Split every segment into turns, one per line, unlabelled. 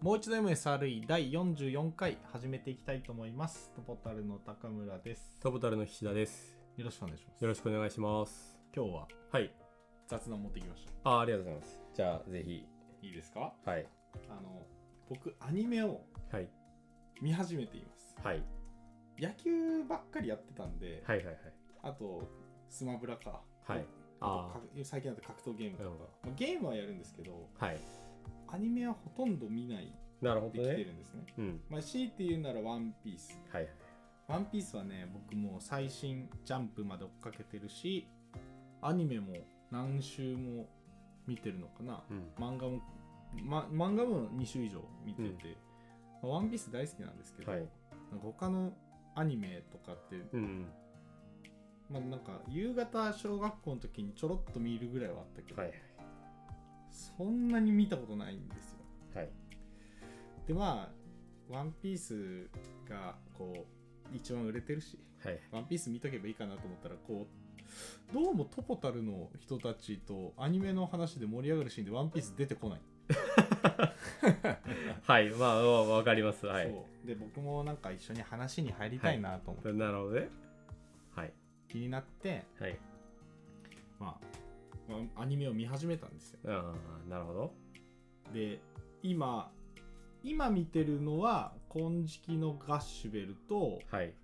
もう一度 MSRE 第44回始めていきたいと思います。トポタルの高村です。
トボタルの菱田です。
よろしくお願いします。
よろしくお願いします。
今日は
はい。
雑談持ってきました。
あ、ありがとうございます。じゃあ、ぜひ。
いいですか
はい。
あの、僕、アニメを
はい。
見始めています。
はい。
野球ばっかりやってたんで、
はいはいはい。
あと、スマブラか。
はい。
あとか
あ
最近だと格闘ゲームとか、
うん
まあゲームはやるんですけど
はい。
アニメはほとんど見ない
なるほ
で
ど
きて
ね。
るんですね
うん。
まあ、強いて言うなら「ワンピース
はいはい。
ワンピースはね僕もう最新ジャンプまで追っかけてるしアニメも何週も見てるのかな、
うん。
漫画も、ま、漫画も2週以上見てて、まあワンピース大好きなんですけど、
はい。
なんか他のアニメとかって、
うん。
まあ、なんか夕方小学校の時にちょろっと見るぐらいはあったけど、
はいはい。
そんなに見たことないんですよ
はい。
でまあ「ワンピースがこう一番売れてるし
はい。
ワンピース見とけばいいかなと思ったらこうどうもトポタルの人たちとアニメの話で盛り上がるシーンでワンピース出てこない、
はい。まあ、わわかります。はい。
そうで僕もなんか一緒に話に入りたいなと思って、
なるほどね。はい。
気になって
はい。
まあまあアニメを見始めたんですよ
ああ、なるほど。
で今今見てるのは金色のガッシュベルと
はい。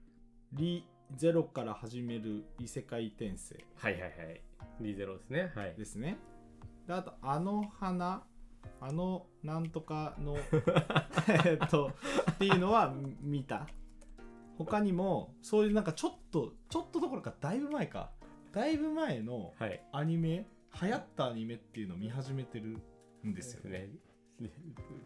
リゼロから始める異世界転生
はいはいはい。リゼロですね。はい。
ですねであと「あの花」「あのなんとかの」 えっとっていうのはみ見た他にもそういうなんかちょっとちょっとどころかだいぶ前かだいぶ前の
はい。
アニメ流行ったアニメっていうのを見始めてるんですよね。
ね。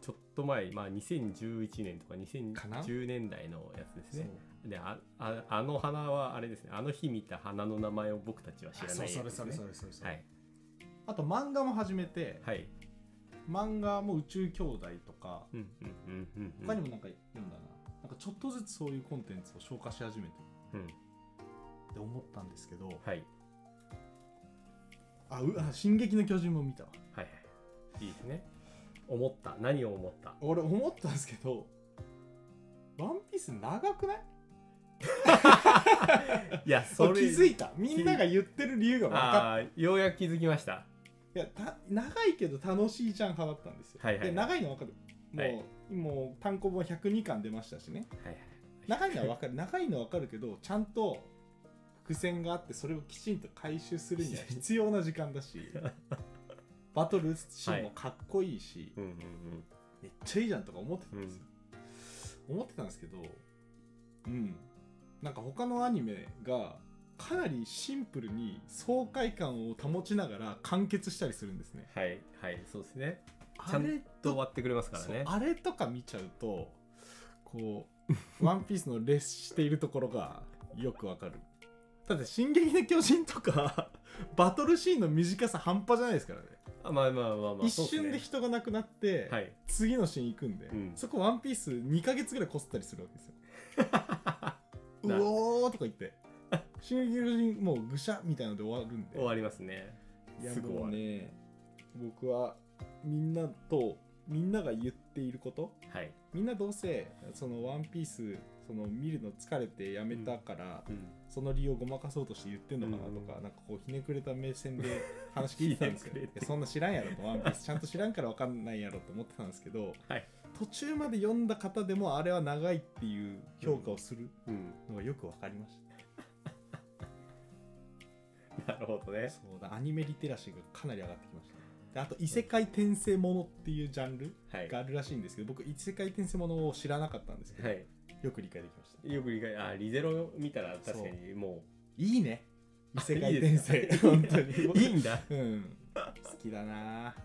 ちょっと前、まあ、2011年とか
かな
2010年代のやつです
そう
ね。であああの花はあれですねあの日見た花の名前を僕たちは知ら
あ
ない
そう
やつ
そ
で
れ
す
そ
ね
れそれそれそれ、
はい
あと漫画も始めて
はい
漫画も「宇宙兄弟」とか
うんうんうんうん
他にもなんか読んだななんかちょっとずつそういうコンテンツを消化し始めて
うん
って思ったんですけど、
はい
あうあ進撃の巨人も見たわ
はいはいいいですね思った何を思った
俺思ったんですけど「ワンピース長くない
いや
そ
そ
気
れ
づいたみんなが言ってる理由が分かっ
ああようやく気づきました
たいやた長いけど楽しいじゃん派だったんですよ、
はいはい
で長いの分かるもう,、
はい
もう単行本102巻出ましたしね
はい
長いのは分かる長いのは分かるけどちゃんと伏線があってそれをきちんと回収するには必要な時間だし バトルシーンもかっこいいし、
うんうん
めっちゃいいじゃんとか思ってたんですよ、思ってたんですけどうんなんか他のアニメがかなりシンプルに爽快感を保ちながら完結したりするんですね
うんはいはいそうですねち
あ
ゃ
れ
んと終わってくれますから
そう
ね
あれとか見ちゃうとこう「ワンピースのレスしているところがよくわかるだって「進撃の巨人」とか バトルシーンの短さ半端じゃないですからね、
あまあまあまあまあ
一瞬で
そうす
人が亡くなって、
ねはい
次のシーン行くんで、
うん
そこワンピース2ヶ月ぐらいこすったりするわけです よう
な
おーとか言って「進撃の巨人」もうぐしゃみたいので終わるんで
終わりますね
いや
すぐ終
も
わ
う
る
ね僕はみんなとみんなが言っていること
はい
みんなどうせそのワンピースその見るの疲れてやめたから、
うん
その理由をごまかそうとして言ってんのかなとか、
うん
なんかこうひねくれた目線で 話聞いてたんですけど
ひね
い
くれて
やそんな知らんやろとワンピースちゃんと知らんから分かんないやろと思ってたんですけど
はい
途中まで読んだ方でもあれは長いっていう評価をする
うん
のがよく分かりました、
なるほどね
そうだアニメリテラシーがかなり上がってきましたであと異世界転生ものっていうジャンル
はい
があるらしいんですけど僕異世界転生ものを知らなかったんですけど、
はい
よく理解できました
よく理解あリゼロ見たら確かにも
いいね異
う
世界転生
いいですか
本当に
いいんだ
うん好きだな
だか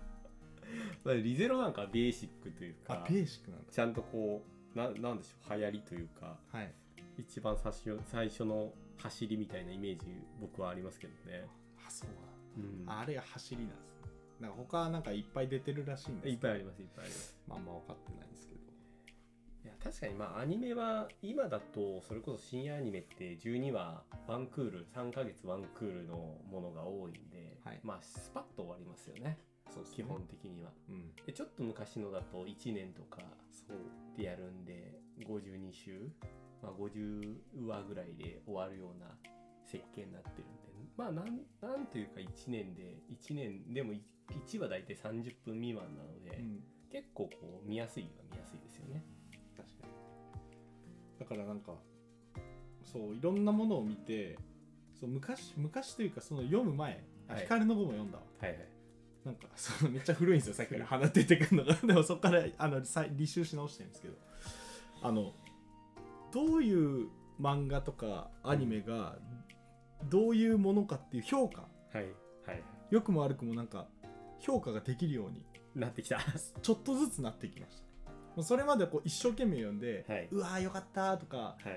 らリゼロなんかベーシックという
あ
か
ベーシックなんだ
ちゃんとこうななんでしょう流行りというか
はい
一番最初最初の走りみたいなイメージ僕はありますけどね、
あそう
うん
なんだあれが走りなんですねなんか他はなんかいっぱい出てるらしいんです
いっぱいあり
ま
ますいっぱいあります
まああんま分かってないんですけど
いや確かにまあアニメは今だとそれこそ深夜アニメって12話ワンクール3ヶ月ワンクールのものが多いんで、
はい
まあスパッと終わりますよね
そうですね
基本的には。
うん
でちょっと昔のだと1年とか
そう
でやるんで52週、まあ、50話ぐらいで終わるような設計になってるんでまあなんなんというか1年で1年でも1話大体30分未満なので、
うん
結構こう見やすいは見やすいですよね。
確かにだからなんかそういろんなものを見てそう昔昔というかその読む前、あ
はい
光の碁も読んだわ
はいはい、
なんかそのめっちゃ古いんですよさっきから鼻出てくるのが でもそこからあの再履修し直してるんですけどあのどういう漫画とかアニメがどういうものかっていう評価
はい、はい。
良くも悪くもなんか評価ができるように
なってきた。
ちょっとずつなってきましたもうそれまでこう一生懸命読んで、
はい。
うわーよかったーとか
はい。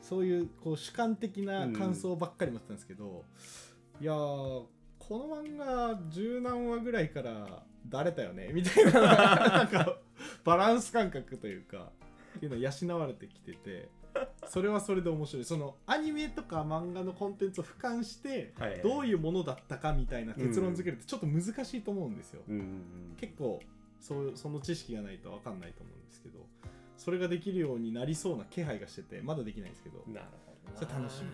そういうこう主観的な感想ばっかり持ってたんですけど、いやーこの漫画十何話ぐらいからだれたよねみたいななんかバランス感覚というかっていうのは養われてきててそれはそれで面白いそのアニメとか漫画のコンテンツを俯瞰して
はい。。
どういううものだったかみたいな結論付けるってちょっと難しいと思うんですよ。
うんうん。
結構そうその知識がないと分かんないと思うんですけどそれができるようになりそうな気配がしててまだできないんですけど
なるほど。
それ楽しみ。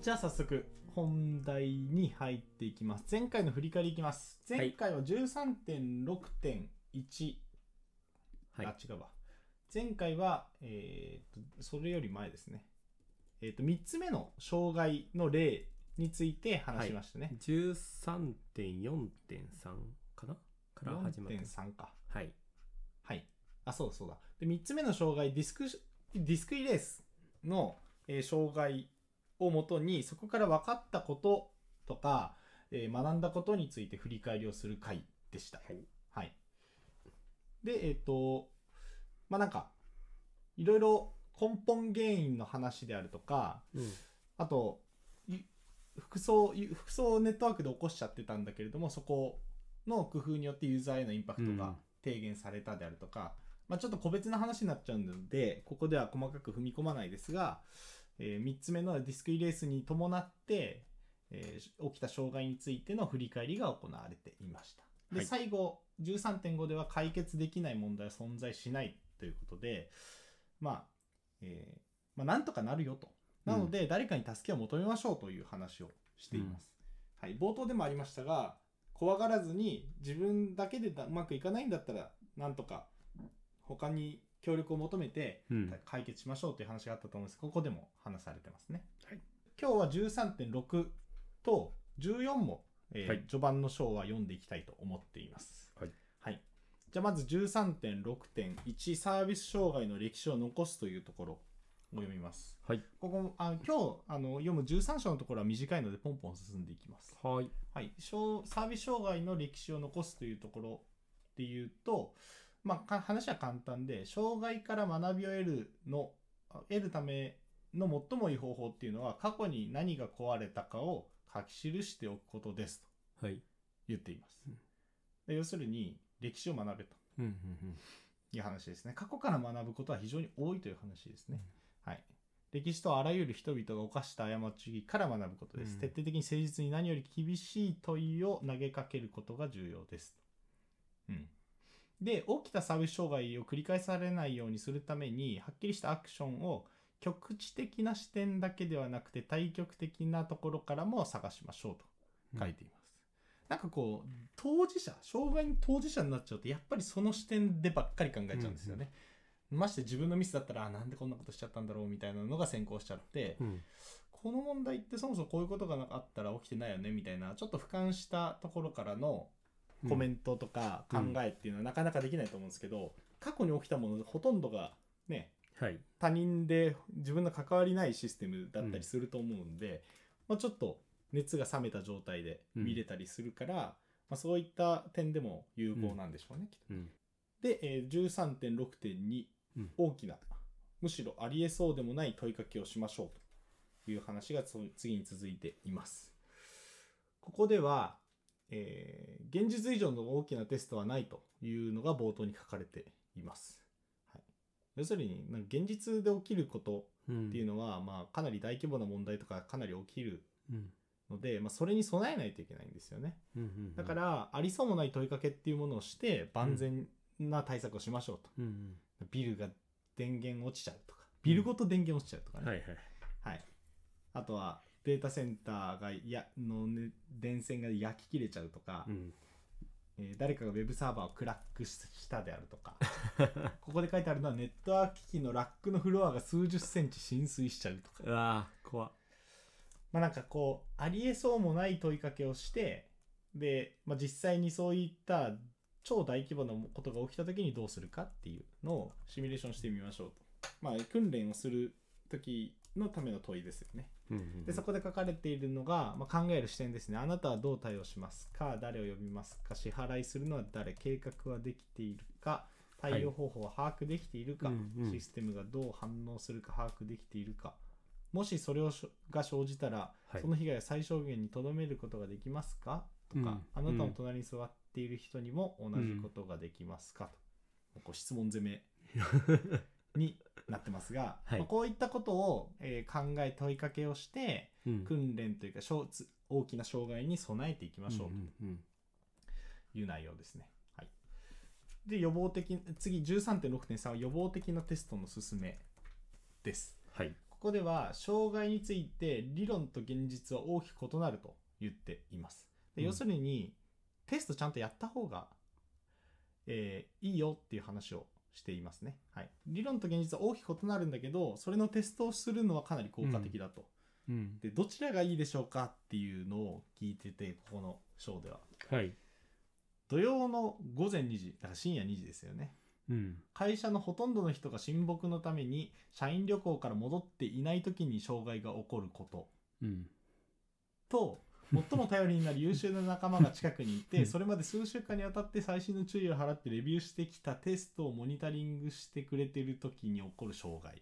じゃあ早速本題に入っていきます前回の振り返りいきます
い
前回は13.6.1、
はい
あ違うわ前回は、えーとそれより前ですねえっ、と3つ目の障害の例について話しましたね、
十三点四点三かな。から始まった。
4.3か
はい。
はい。あ、そうだそうだ。で、3つ目の障害、ディスク、ディスクイレースの、えー障害をもとに、そこから分かったこととか、えー学んだことについて振り返りをする回でした。
はい。
はい。で、えっ、と、まあ、なんか、いろいろ根本原因の話であるとか、
うん。
あと、い服装、い服装をネットワークで起こしちゃってたんだけれども、そこの工夫によってユーザーへのインパクト
うん
が低減されたであるとか、まあちょっと個別な話になっちゃうので、ここでは細かく踏み込まないですが、え3つ目のディスクイレースに伴って、えー起きた障害についての振り返りが行われていました。で、
はい
最後、13.5では解決できない問題は存在しないということで、まあ、えーまあ、なんとかなるよと。なので、誰かに助けを求めましょうという話をしています。はい、冒頭でもありましたが、怖がらずに自分だけでだうまくいかないんだったら、なんとか他に協力を求めて、
うん。
解決しましょうという話があったと思うんですここでも話されてますね、
はい
今日は13.6と14も、えー
はい
序盤の章は読んでいきたいと思っています
はい、
はいじゃあまず13.6.1サービス障害の歴史を残すというところを読みます
はい。
ここもあ今日あの読む13章のところは短いのでポンポン進んでいきます
はい。
はい、障サービス障害の歴史を残すというところで言うと、まあ、か話は簡単で障害から学びを得るのあ得るための最もいい方法っていうのは過去に何が壊れたかを書き記しておくことですと
はい。
言っています
うん。
で要するに歴史を学べと
うんうん
いう話ですね。過去から学ぶことは非常に多いという話ですね。はい。歴史とあらゆる人々が犯した過ちから学ぶことです。
うん
徹底的に誠実に何より厳しい問いを投げかけることが重要です。うん。で、起きたサービス障害を繰り返されないようにするために、はっきりしたアクションを局地的な視点だけではなくて、対極的なところからも探しましょうと。
うん。
書い。ています。なんかこう当事者障害の当事者になっちゃうとやっぱりその視点でばっかり考えちゃうんですよね。まして自分のミスだったらあなんでこんなことしちゃったんだろうみたいなのが先行しちゃって、
うん。
この問題ってそもそもこういうことがなかったら起きてないよねみたいなちょっと俯瞰したところからのコメ
ン
ントとか
う
考
ん
えっていうのはなかなかできないと思うんですけど、過去に起きたものほとんどがね
ト。はい。
他人で自分の関わりないシステムだったりすると思うんで、まあ、ちょっと熱が冷めた状態で見れたりするから、まあ、そういった点でも有効なんでしょうね、きっ
うん。
とで、えー13.6.2、
うん
大きなむしろありえそうでもない問いかけをしましょうという話がつ次に続いていますここでは、えー現実以上の大きなテストはないというのが冒頭に書かれています、はい、要するになんか現実で起きること
うん。
っていうのは、まあ、かなり大規模な問題とかかなり起きる
うん。
ので、まあ、それに備えないといけないんですよね。
うんうん
だか、ら、ありそうもない問いかけっていうものをして、万全な対策をしましょうと。
うんうん
ビルが電源落ちちゃうとか、ビルごと電源落ちちゃうとかね。
はいはい。
はい、あとは、データセンターがやの、ね、電線が焼き切れちゃうとか、
うん
えー誰かがウェブサーバーをクラックししたであると かここで書いてあるのはネットワーク機器のラックのフロアが数十センチ浸水しちゃうとか
うわあ、怖っ
まあなんかこうありえそうもない問いかけをしてで、まあ、実際にそういった超大規模なことが起きた時にどうするかっていうのをシミュレーションしてみましょうと、まあ、訓練をする時のための問いですよね
うんうん
でそこで書かれているのが、まあ、考える視点ですね。あなたはどう対応しますか誰を呼びますか支払いするのは誰計画はできているか
い
対応方法は把握できているか、
うんうん
システムがどう反応するか把握できているかもしそれをしょが生じたら、
はい
その被害を最小限にとどめることができますかとか、
うん
あなたの隣に座っている人にも同じことができますか、ともうこう質問攻 めになってますが、
はい
まあこういったことを、えー考え問いかけをして
うん
訓練というか小つ大きな障害に備えていきましょう
うんうんうん
という内容ですね。はい、で予防的次13.6.3は予防的なテストの進めです。
はい。
ここでは障害について理論と現実は大きく異なると言っています。で
うん
要するに、テストちゃんとやった方が、えーいいよっていう話をしていますね、はい。理論と現実は大きく異なるんだけどそれのテストをするのはかなり効果的だと。
うん。
でどちらがいいでしょうかっていうのを聞いててここの章では。
はい。
土曜の午前2時だから深夜2時ですよね。
うん。
会社のほとんどの人が親睦のために社員旅行から戻っていない時に障害が起こること
うん。
と最も頼りになる優秀な仲間が近くにいてそれまで数週間にわたって最新の注意を払ってレビューしてきたテストをモニタリングしてくれてる時に起こる障害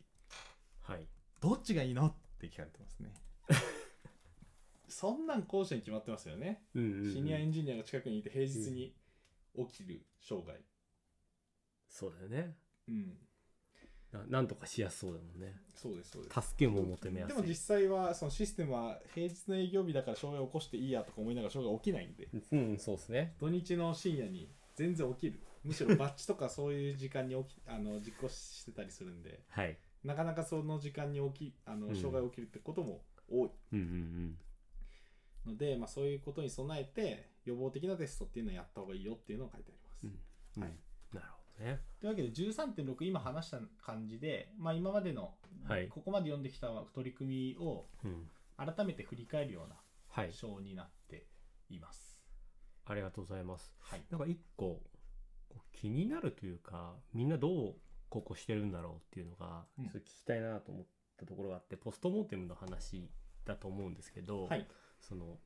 はい。
どっちがいいのって聞かれてますねそんなん後者に決まってますよね
うんうんうん
シニアエンジニアが近くにいて平日に起きる障害
そうだよね
うん
な。なんとかしやすそうだもんね。
そうですそうです
助けも求めやす
で
い。
も実際はそのシステムは平日の営業日だから障害を起こしていいやとか思いながら障害起きないんで
うん、そうですね。
土日の深夜に全然起きるむしろバッチとかそういう時間に起き あの実行してたりするんで
はい。
なかなかその時間に起きあ
う
の
ん
障害起きるってことも多い
うんうん
ので、まあ、そういうことに備えて予防的なテストっていうのをやった方がいいよっていうのを書いてあります。
うんうん。
はい。
なるほどね。
というわけで13.6今話した感じで、まあ、今までの
はい
ここまで読んできた取り組みを
うん。
改めて振り返るような
はい。
章になっています。
ありがとうございます。
はい
なんか一個こう気になるというか、みんなどうここしてるんだろうっていうのが、
うん
ちょっと聞きたいなと思ったところがあって、ポストモーテムの話だと思うんですけど、
はい。
その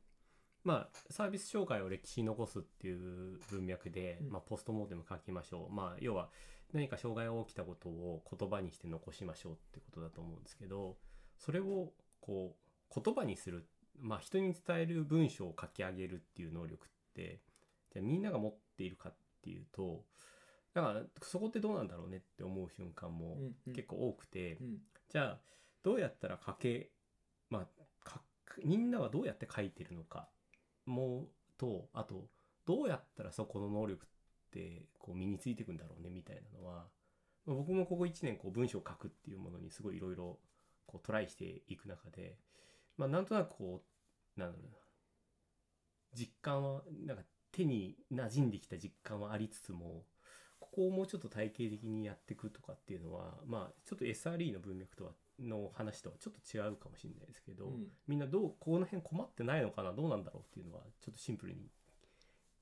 まあサービス紹介を歴史に残すっていう文脈で、
うん
まあ、ポストモーテム書きましょう、まあ、要は何か障害が起きたことを言葉にして残しましょうってことだと思うんですけどそれをこう言葉にする、まあ、人に伝える文章を書き上げるっていう能力ってじゃあみんなが持っているかっていうとだからそこってどうなんだろうねって思う瞬間も結構多くて。
うん
じゃあどうやったら書けまあかみんなはどうやって書いてるのかもとあとどうやったらそこの能力ってこう身についていくんだろうねみたいなのは、まあ僕もここ1年こう文章を書くっていうものにすごいいろいろこうトライしていく中で、まあ、なんとなくこうなんだろうな実感はなんか手に馴染んできた実感はありつつもここをもうちょっと体系的にやっていくとかっていうのはまあちょっと SRE の文脈とはの話とはちょっと違うかもしれないですけど、
うん
みんなどうこの辺困ってないのかなどうなんだろうっていうのはちょっとシンプルに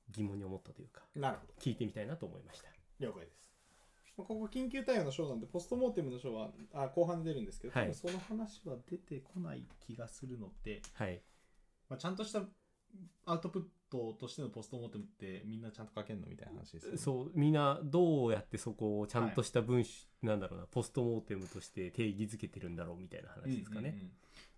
疑問に思ったというか
なるほど
聞いてみたいなと思いました。
了解ですまあここ緊急対応の章なんでポストモーテムの章はあ後半で出るんですけど、
は
多
い
分その話は出てこない気がするので、
はい、
まあ、ちゃんとしたアウトプットとしてのポストモーテムってみんなちゃんと書けんのみたいな話ですよね
そうみんなどうやってそこをちゃんとした文章、なんだろうなポストモーテムとして定義づけてるんだろうみたいな話ですかね。
うんうんうん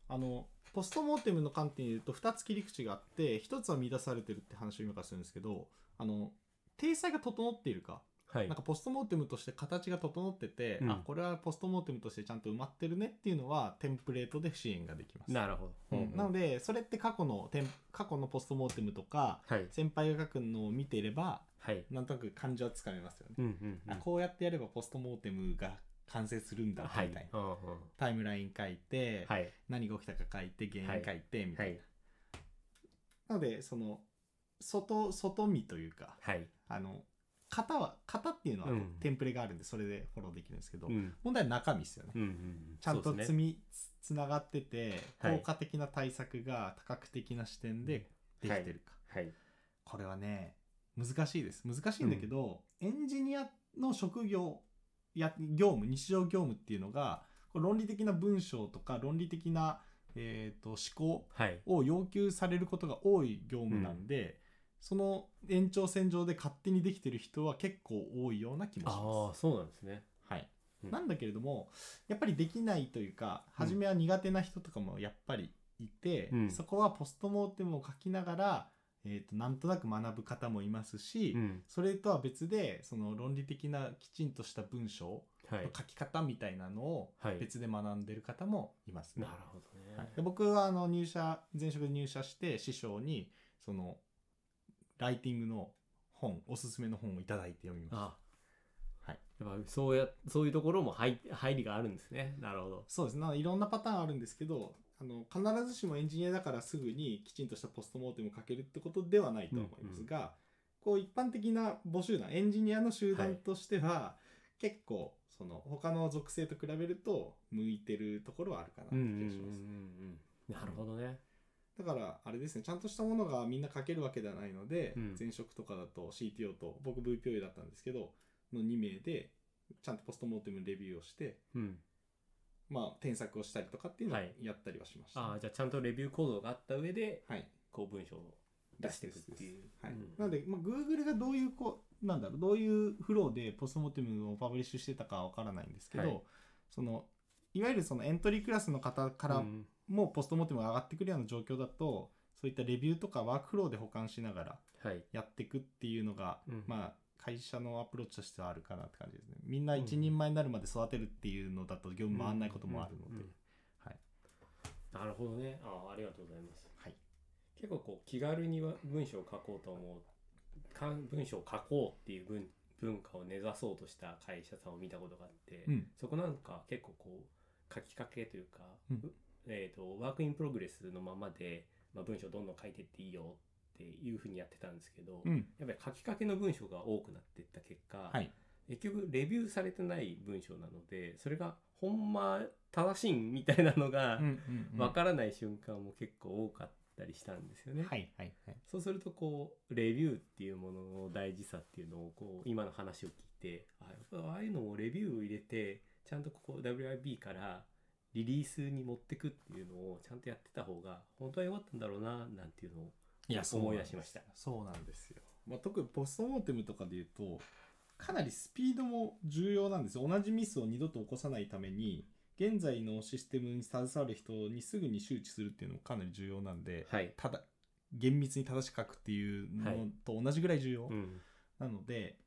あのポストモーテムの観点で言うと2つ切り口があって1つは満たされてるって話を今からするんですけどあの体裁が整っているか
はい
なんかポストモーテムとして形が整ってて、
うん
あこれはポストモーテムとしてちゃんと埋まってるねっていうのはテンプレートで支援ができます。
なるほど、
うんなのでそれって過去のテン過去のポストモーテムとか
はい
先輩が書くのを見ていれば
はい
なんとなく感じはつかめますよね。
うんうんうん
あこうやってやればポストモーテムが完成するんだみた
はいい
な、
うんうん
タイムライン書いて、
はい
何が起きたか書いて原因書いてみたいな。
はい
なのでその外外見というか
はい
あの型は型っていうのはこう
うん
テンプレがあるんでそれでフォローできるんですけど、
うん
問題は中身ですよね。
うんうん
ちゃん
そ
と
うです
積
ね
み、つつながってて
はい
効果的な対策が多角的な視点でできてるか、
はい
これはね難しいです難しいんだけど、エンジニアの職業や業務日常業務っていうのがこう論理的な文章とか論理的な、えー、と思考
はい
を要求されることが多い業務なんで、その延長線上で勝手にできてる人は結構多いような気もし
あ
ま
あそうなんですね
す。はい
うん
なんだけれどもやっぱりできないというか
うん
初めは苦手な人とかもやっぱりいて、
うん
そこはポストモーテムを書きながら、えー、となんとなく学ぶ方もいますし、
うん
それとは別でその論理的なきちんとした文章
はい
の書き方みたいなのを
はい
別で学んでる方もいますね
なるほどね、
はいで僕はあの入社前職で入社して師匠にそのライティングの本おすすめの本をいただいて読みました
あ
はい
やっぱそうやそういうところも入入りがあるんですねなるほど
そうですねなのでいろんなパターンあるんですけどあの必ずしもエンジニアだからすぐにきちんとしたポストモーテムをかけるってことではないと思いますが、こう一般的な母集団エンジニアの集団としては、結構その他の属性と比べると向いてるところはあるかなって
う
気
んう
が
んうん
します。
うんなるほどね
だからあれですねちゃんとしたものがみんな書けるわけではないので、
うん
前職とかだと CTO と僕 VPO だったんですけどの2名でちゃんとポストモーテムレビューをして、
うん
まあ、添削をしたりとかっていうのを
はい
やったりはしました、
ああじゃあちゃんとレビュー行動があった上で
はい
こう文章を出していくっていう
はい
うん
なので、まあ、Google がどういうこうなんだろうどういうフローでポストモーテムをパブリッシュしてたかわからないんですけど、
はい
そのいわゆるそのエントリークラスの方から
うん
もポストモーテムが上がってくるような状況だと、そういったレビューとかワークフローで保管しながら
はい、
やっていくっていうのが、
うん
まあ会社のアプローチとしてはあるかなって感じですねみんな
うん
一人前になるまで育てるっていうのだと業務回んないこともあるので、
うんうんうん
はい
なるほどねああありがとうございます
はい
結構こう気軽には文章を書こうと思うか文章を書こうっていう文文化を根ざそうとした会社さんを見たことがあって、
うん
そこなんか結構こう書きかけというか、
うん
うえー、とワークインプログレスのままで、まあ、文章どんどん書いてっていいよっていうふうにやってたんですけど、
うん
やっぱり書きかけの文章が多くなっていった結果、
はい
結局レビューされてない文章なのでそれがほんま正しいんみたいなのが
うんうんうん
わからない瞬間も結構多かったりしたんですよね。
はいはいはい
そうするとこうレビューっていうものの大事さっていうのをこう今の話を聞いてあやっぱああいうのをレビューを入れてちゃんとここ WIB からリリースに持ってくっていうのをちゃんとやってた方が本当は良かったんだろうななんていうのを
いやそう
思い出しました。
そうなんですよ、まあ、特にポストモーテムとかで言うとかなりスピードも重要なんですよ同じミスを二度と起こさないために現在のシステムに携わる人にすぐに周知するっていうのもかなり重要なんで、
はい、
ただ厳密に正しく書くっていうのと同じぐらい重要、
うん
なので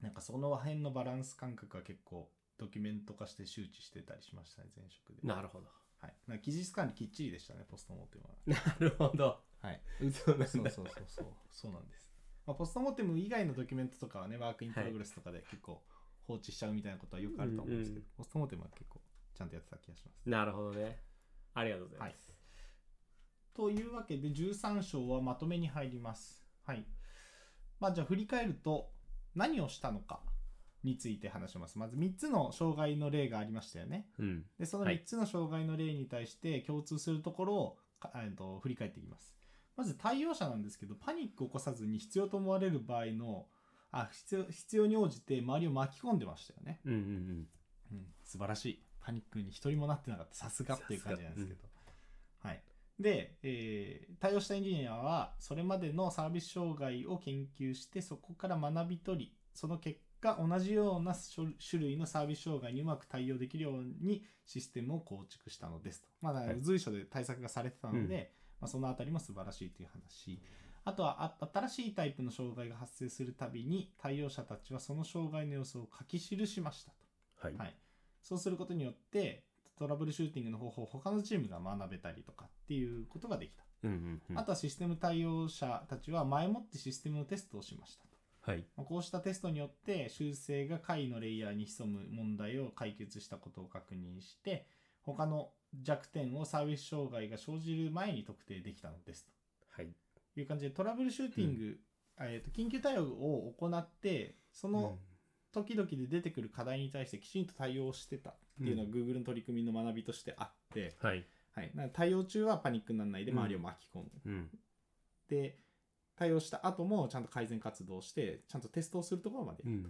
なんかその辺のバランス感覚は結構ドキュメント化して周知してたりしましたね前職で
なるほど。
はい、なんか期日管理きっちりでしたねポストモーテムは
なるほど。
はい
そうなんだ
そうそうそうそう そうなんです、まあ、ポストモーテム以外のドキュメントとかはねワークインプログレスとかで結構放置しちゃうみたいなことはよくあると思うんですけど、
うん
ポストモーテムは結構ちゃんとやってた気がします
なるほどね。ありがとうございます。
というわけで13章はまとめに入ります。はい。まあじゃあ振り返ると何をしたのかについて話します。まず3つの障害の例がありましたよね。
うん。
でその
はい
3つの障害の例に対して共通するところをか、えーと振り返っていきます。まず対応者なんですけどパニックを起こさずに必要と思われる場合のあ必要必要に応じて周りを巻き込んでましたよね。
うんうん
うん、素晴らしいパニックに一人もなってなかったさすがっていう感じなんですけど、はい、で、えー対応したエンジニアはそれまでのサービス障害を研究してそこから学び取りその結果同じような種種類のサービス障害にうまく対応できるようにシステムを構築したのですと、まあ、だから
はい
随所で対策がされてたので、
う
まあ、そのあたりも素晴らしいという話あとはあ新しいタイプの障害が発生するたびに対応者たちはその障害の様子を書き記しましたと。
はい
はいそうすることによってトラブルシューティングの方法を他のチームが学べたりとかっていうことができた。
うんうんうん
あとはシステム対応者たちは前もってシステムのテストをしましたと。
はい
まあこうしたテストによって修正が解のレイヤーに潜む問題を解決したことを確認して他の弱点をサービス障害が生じる前に特定できたのです
はい
という感じでトラブルシューティング、えー、と緊急対応を行ってその時々で出てくる課題に対してきちんと対応してたっていうのが
う
Google の取り組みの学びとしてあって、
うんはい
はい、なので対応中はパニックにならないで
うん
周りを巻き込む、
うん
で対応した後もちゃんと改善活動をしてちゃんとテストをするところまで
うん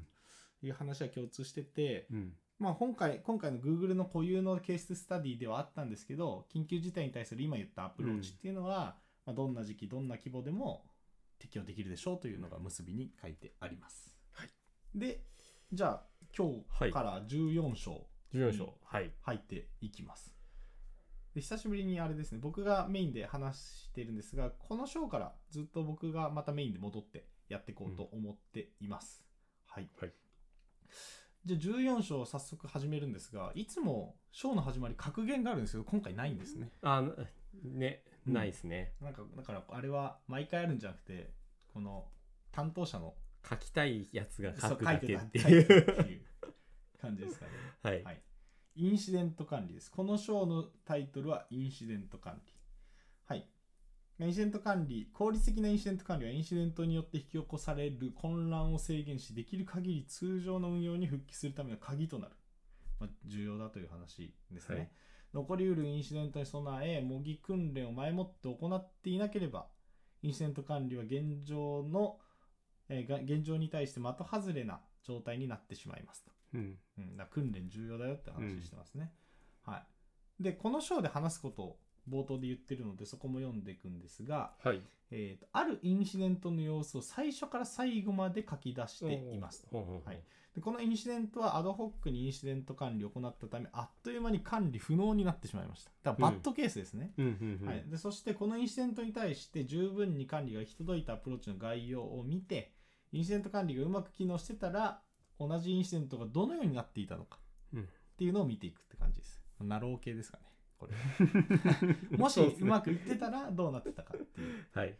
いう話は共通してて、
うん
まあ、今回今回の Google の固有のケーススタディではあったんですけど緊急事態に対する今言ったアプローチっていうのは、まあ、どんな時期どんな規模でも適用できるでしょうというのが結びに書いてあります。
はい
でじゃあ今
はい
日から14章
14章はい
入っていきます。で久しぶりにあれですね僕がメインで話してるんですがこの章からずっと僕がまたメインで戻ってやっていこうと思っています。はい
はい
じゃあ14章を早速始めるんですがいつも章の始まり格言があるんですけど今回ないんですね
あなね
うん
ないですね
なんかだからあれは毎回あるんじゃなくてこの担当者の
書きたいやつが
そ
書
う
くだけ
書
っ
い
て
てた
い
書いてたっ
う
ていう感じですかね
はい
はいインシデント管理ですこの章のタイトルはインシデント管理はいインシデント管理効率的なインシデント管理はインシデントによって引き起こされる混乱を制限しできる限り通常の運用に復帰するための鍵となる、まあ、重要だという話ですね、
はい
残りうるインシデントに備え模擬訓練を前もって行っていなければインシデント管理は現状の、えーが現状に対して的外れな状態になってしまいますと、
うん
うん、だから訓練重要だよって話してますね、はいでこの章で話すことを冒頭で言ってるのでそこも読んでいくんですが、
はい
えーとあるインシデントの様子を最初から最後まで書き出しています
ほうほうほう
はいでこのインシデントはアドホックにインシデント管理を行ったためあっという間に管理不能になってしまいましただからバッドケースですね、
うんうんうん
はい、 でそしてこのインシデントに対して十分に管理が行き届いたアプローチの概要を見てインシデント管理がうまく機能してたら同じインシデントがどのようになっていたのか
うん
っていうのを見ていくって感じです。ナロー系ですかね これもし
そうです
う
ね
まくいってたらどうなってたかっていう
はい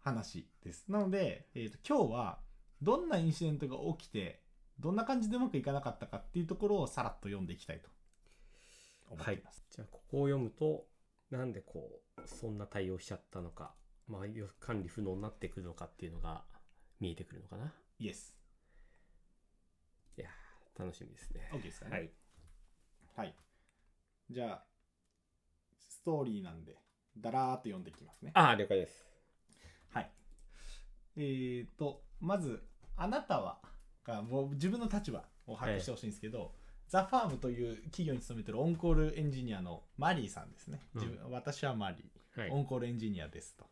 話です。なので、えー、と今日はどんなインシデントが起きてどんな感じでうまくいかなかったかっていうところをさらっと読んでいきたいと思っています。
じゃあここを読むとなんでこうそんな対応しちゃったのかまあよ管理不能になってくるのかっていうのが見えてくるのかな
イエス。
いやー楽しみですね
OK ですかね。
はい
はい。じゃあ、ストーリーなんで、だらーっと読んでいきますね。
ああ了解です
はい。えーと、まず、あなたは、がもう自分の立場を把握してほしいんですけど、ザ・ファームという企業に勤めてるオンコールエンジニアのマリーさんですね。
うん
自分私はマリ
は
ー、
い
オンコールエンジニアですと。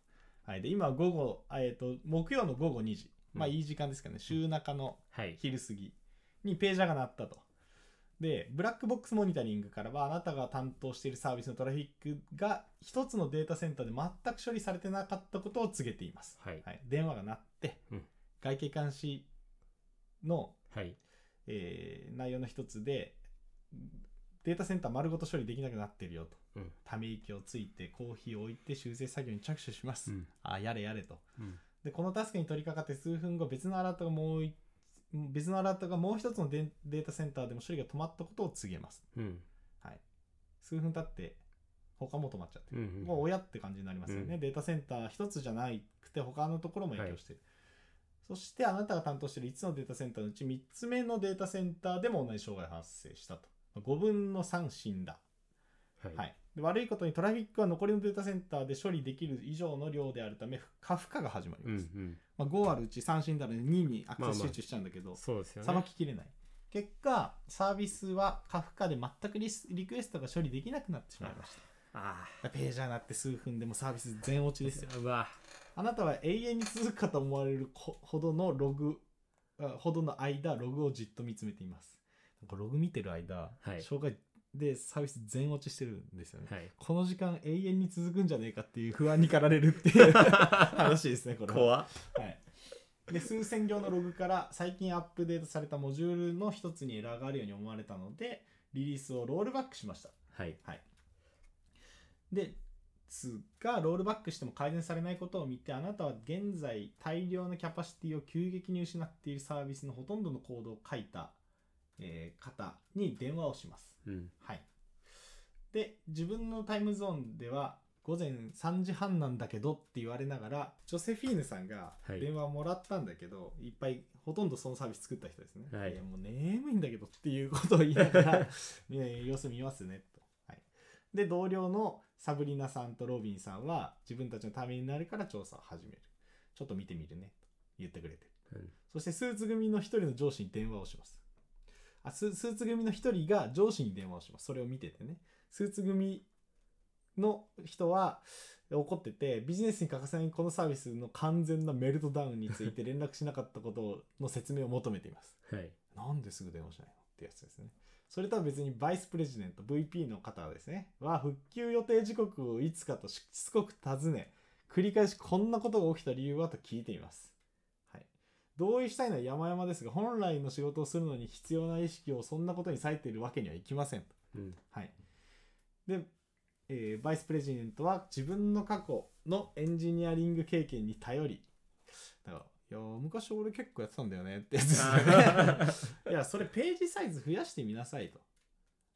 はい、で今、午後、えーと、木曜の午後2時、まあ
うん
いい時間ですかね、週中の
はい
昼過ぎにページャーが鳴ったと。で、ブラックボックスモニタリングからは、あなたが担当しているサービスのトラフィックが一つのデータセンターで全く処理されてなかったことを告げています。
はい
はい、電話が鳴って、
うん
外形監視の、
はい
えー内容の一つで、データセンター丸ごと処理できなくなってるよと。
うん
ため息をついて、コーヒーを置いて修正作業に着手します。
うん
あ、やれやれと。
うん
でこのタスクに取り掛かって数分後別のアラートがもうい別のアラートがもう一つのデデータセンターでも処理が止まったことを告げます、
うん
はい、数分経って他も止まっちゃって
う
る、
ん
もう親って感じになりますよ
う
ね、
ん
データセンター一つじゃなくて他のところも影響してる、そしてあなたが担当している5つのデータセンターのうち3つ目のデータセンターでも同じ障害が発生したと5分の3死んだ
はい
はい、で悪いことにトラフィックは残りのデータセンターで処理できる以上の量であるため過負荷が始まり
うん
ま
う
す、
ん
まあ、5あるうち3死んだら2にアクセス集中しちゃうんだけど
そうですよね
さば、ききれない結果サービスは過負荷で全くリスリクエストが処理できなくなってしまいました
あ
だからページャーなって数分でもうサービス全落ち
あ
ですよ
うわ
あなたは永遠に続くかと思われるこほどのログあほどの間ログをじっと見つめていますなんかログ見てる間、
はい
障害でサービス全落ちしてるんですよね、
はい。
この時間永遠に続くんじゃねえかっていう不安に駆られるって いう話ですねこれは
怖っ
はい、で数千行のログから最近アップデートされたモジュールの一つにエラーがあるように思われたのでリリースをロールバックしました
はい。
ですがロールバックしても改善されないことを見てあなたは現在大量のキャパシティを急激に失っているサービスのほとんどのコードを書いた、えー方に電話をします
うん。
はい。で、自分のタイムゾーンでは、午前3時半なんだけどって言われながら、ジョセフィーヌさんが
はい
電話をもらったんだけど、い、っぱい、ほとんどそのサービス作った人ですね。
はい
やもう眠いんだけどっていうことを言いな がら、ね、様子見ますねと。はい。で、同僚のサブリナさんとロビンさんは、自分たちのためになるから調査を始める。ちょっと見てみるね。と言ってくれてる。
うん
そしてスーツ組の一人の上司に電話をします。あススーツ組の一人が上司に電話をします。それを見ててね。スーツ組の人は怒ってて、ビジネスに欠かせないこのサービスの完全なメルトダウンについて連絡しなかったことの説明を求めています。
はい。
なんですぐ電話しないのってやつですね。それとは別にバイスプレジデント VP の方はですね、は復旧予定時刻をいつかとしつこく尋ね、繰り返しこんなことが起きた理由はと聞いています。はい。同意したいのは山々ですが、本来の仕事をするのに必要な意識をそんなことに割いているわけにはいきません。
うん。
はい。で、えーバイスプレジデントは自分の過去のエンジニアリング経験に頼り、だから、いやー、昔俺結構やってたんだよねってやつですよ ね。いや、それページサイズ増やしてみなさいと。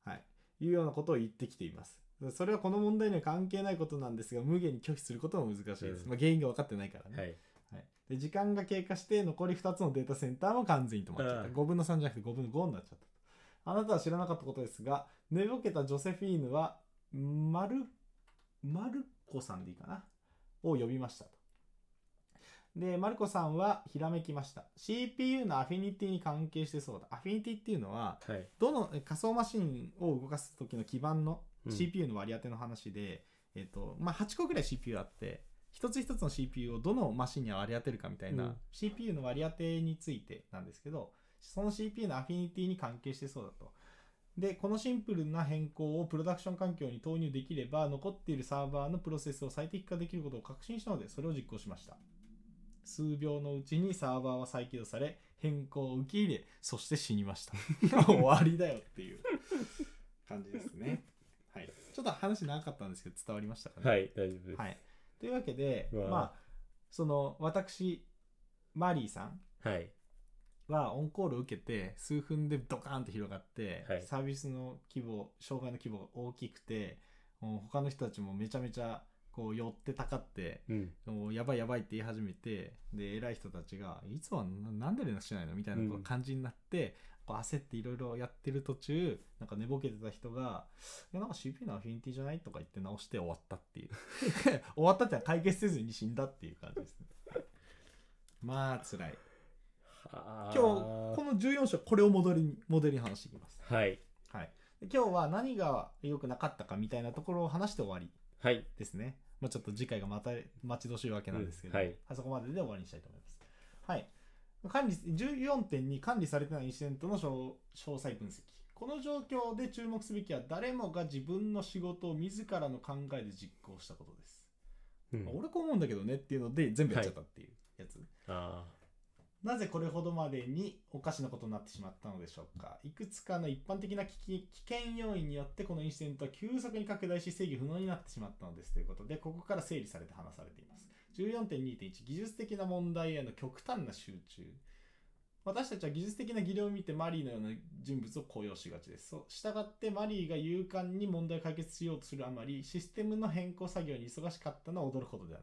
はい。いうようなことを言ってきています。それはこの問題には関係ないことなんですが、無限に拒否することも難しいです。
うん
まあ、原因が分かってないからね。
はい。
はい、で時間が経過して残り2つのデータセンターも完全に止まっちゃ
う
った
ん
5分の3じゃなくて5分の5になっちゃったあなたは知らなかったことですが寝ぼけたジョセフィーヌはマルマルコさんでいいかなを呼びましたとでマルコさんはひらめきました CPU のアフィニティに関係してそうだアフィニティっていうのは
はい。
どのえ仮想マシンを動かす時の基盤の
うん
CPU の割り当ての話で、えっとまあ、8個ぐらい CPU あって一つ一つの CPU をどのマシンに割り当てるかみたいな、
うん
CPU の割り当てについてなんですけどその CPU のアフィニティに関係してそうだと。でこのシンプルな変更をプロダクション環境に投入できれば残っているサーバーのプロセスを最適化できることを確信したのでそれを実行しました数秒のうちにサーバーは再起動され変更を受け入れそして死にました 終わりだよっていう感じですねはいちょっと話長かったんですけど伝わりましたかね
はい。大丈夫です。
はい、というわけで
うわ
まあその私マリーさん
はい。
はオンコールを受けて数分でドカーンと広がって、
はい
サービスの規模障害の規模が大きくてもう他の人たちもめちゃめちゃこう寄ってたかって
うん。
もうやばいやばいって言い始めてで偉い人たちがいつもはななんで連絡しないのみたいなこう
うん
感じになって、こう焦っていろいろやってる途中なんか寝ぼけてた人が「いやなんか CPU のアフィニティじゃない?」とか言って直して終わったっていう終わったってのは解決せずに死んだっていう感じですねまあ辛い
は
今日この14章これをモデルにモデルに話していきます、
はい。
はい、で今日は何が良くなかったかみたいなところを話して終わり
はい。
ですね。まあ、ちょっと次回がまた待ち遠しいわけなんですけど、
うんはい
あそこまでで終わりにしたいと思います。はい。管理、14.2、管理されてないインシデントの詳詳細分析。この状況で注目すべきは、誰もが自分の仕事を自らの考えで実行したことです。
うん
俺こう思うんだけどねっていうので、全部やっちゃったっていうやつ。
あ
なぜこれほどまでにおかしなことになってしまったのでしょうかいくつかの一般的な危機危険要因によってこのインシデントは急速に拡大し制御不能になってしまったのですということでここから整理されて話されています14.2.1技術的な問題への極端な集中私たちは技術的な技量を見てマリーのような人物を雇用しがちです。そう従ってマリーが勇敢に問題を解決しようとするあまりシステムの変更作業に忙しかったのは驚くことでは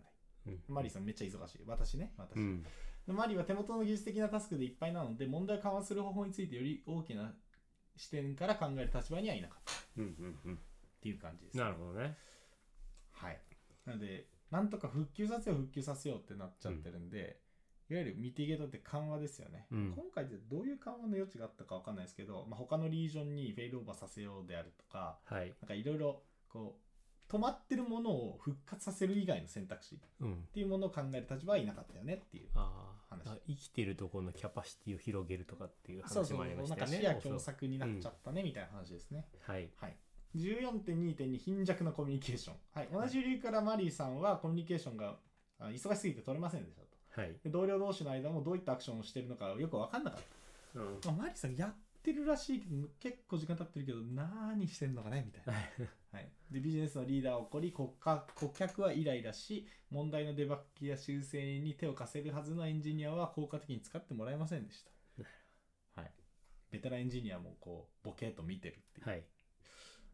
ない。
あ。
マリーさんめっちゃ忙しい。私ね、私。
うん。
マリーは手元の技術的なタスクでいっぱいなので問題を緩和する方法についてより大きな視点から考える立場にはいなかったっ
うん。うん。うん。
ていう感じです、
なるほどね。
はいなのでなんとか復旧させよう復旧させようってなっちゃってるんで、いわゆるミティゲートって緩和ですよね、
うん
今回でどういう緩和の余地があったかわかんないですけど、まあ、他のリージョンにフェイルオーバーさせようであるとか
はい。
なんかいろいろこう止まってるものを復活させる以外の選択肢っ
うん。
ていうものを考える立場はいなかったよねっていう
ああ
話。
だから生きてるところのキャパシティを広げるとかっていう
そう
話
そう
もありまし
なん
た
か
よね。
視野
そう
狭
そう
窄になっちゃったねみたいな話ですね、
はい。
はい14.2.2貧弱なコミュニケーション、はい、同じ理由からマリーさんはコミュニケーションがあ忙しすぎて取れませんでしたと
はい。
で同僚同士の間もどういったアクションをしてるのかよく分かんなかっ
うん
た、まあマリーさんやってるらしいけど結構時間経ってるけど何してんのかねみたいなはい、でビジネスのリーダーを怒り顧客顧客はイライラし問題のデバッグや修正に手を貸せるはずのエンジニアは効果的に使ってもらえませんでした
はい。
ベテランエンジニアもこうボケーと見てるっていう、
はい。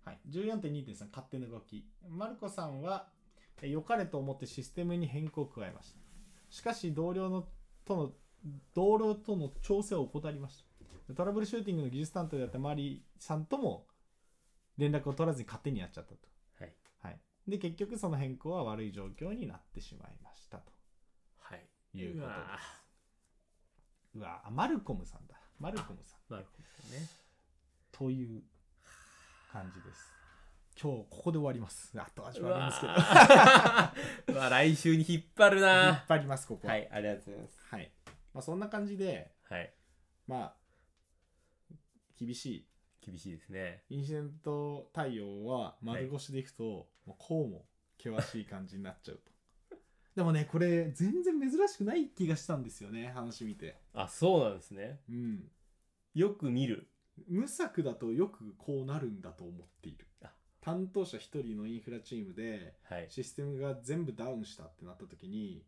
はい、14.2.3勝手な動きマルコさんはえ良かれと思ってシステムに変更を加えましたしかし同僚のとの同僚との調整を怠りましたトラブルシューティングの技術担当であったマリーさんとも連絡を取らずに勝手にやっちゃったと
はい。
はい、で結局その変更は悪い状況になってしまいましたと
はい。
いう
う
ことで
わ
すうわあマルコムさんだマルコムさん
なるほどね。
という感じです今日ここで終わります後味
う
悪いん
わ
ですけ ど
うわ来週に引っ張る
引っ
な
張りますここは
はい、ありがとうございます。
はいまあ、そんな感じで
はい。
まあ厳し
厳しいですね。
いインシデント対応は丸腰でいくと、もうこうも険しい感じになっちゃうと でもねこれ全然珍しくない気がしたんですよね話見て
あ、そうなんですね。
うん
よく見る。
無策だとよくこうなるんだと思っている
あ
担当者1人のインフラチームで
はい。
システムが全部ダウンしたってなった時に、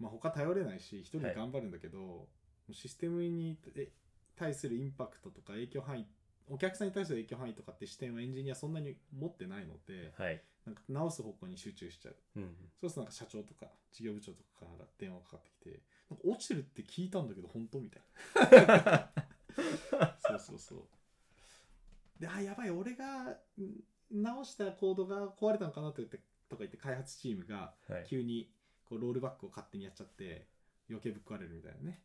まあ、他頼れないし1人で頑張るんだけど、もうシステムにえ対するインパクトとか影響範囲お客さんに対する影響範囲とかって視点はエンジニアそんなに持ってないので
はい。
なんか直す方向に集中しちゃう
うん。
そうするとなんか社長とか事業部長とかから電話かかってきてなんか落ちてるって聞いたんだけど本当みたい なそうそうそうであやばい俺がん直したコードが壊れたのかなと言ってとか言って開発チームが
はい。
急にこうロールバックを勝手にやっちゃって余計ぶっ壊れるみたいなね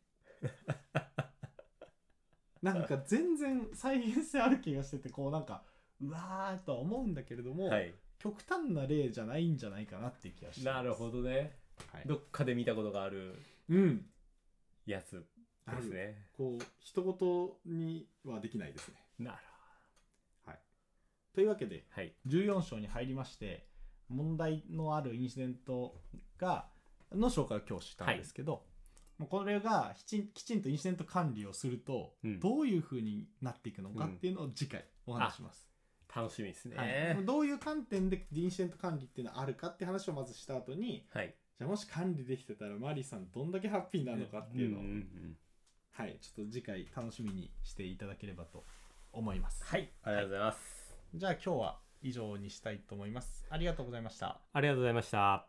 なんか全然再現性ある気がしててこうなんかうわーとは思うんだけれども、
はい。
極端な例じゃないんじゃないかなっていう気がして
なるほ
ど、
どね。
はい、
どっかで見たことがある
うん
やつ
あ
です
る
ね。
こう一言にはできないですね
なる
というわけで
ほど。はい。
14章に入りまして問題のあるインシデントがの紹介を今日したんですけど、もうこれがきちんきちんとインシデント管理をすると、
うん
どういうふうになっていくのかっていうのを次回お話しします、
楽しみです
はい
ね。
どういう観点でインシデント管理っていうのはあるかって話をまずした後に
はい。
じゃあもし管理できてたらマリーさんどんだけハッピーなのかっていうのを、
んんん
はい、ちょっと次回楽しみにしていただければと思います。
はい。ありがとうございます。
じゃあ今日は以上にしたいと思います。ありがとうございました。
ありがとうございました。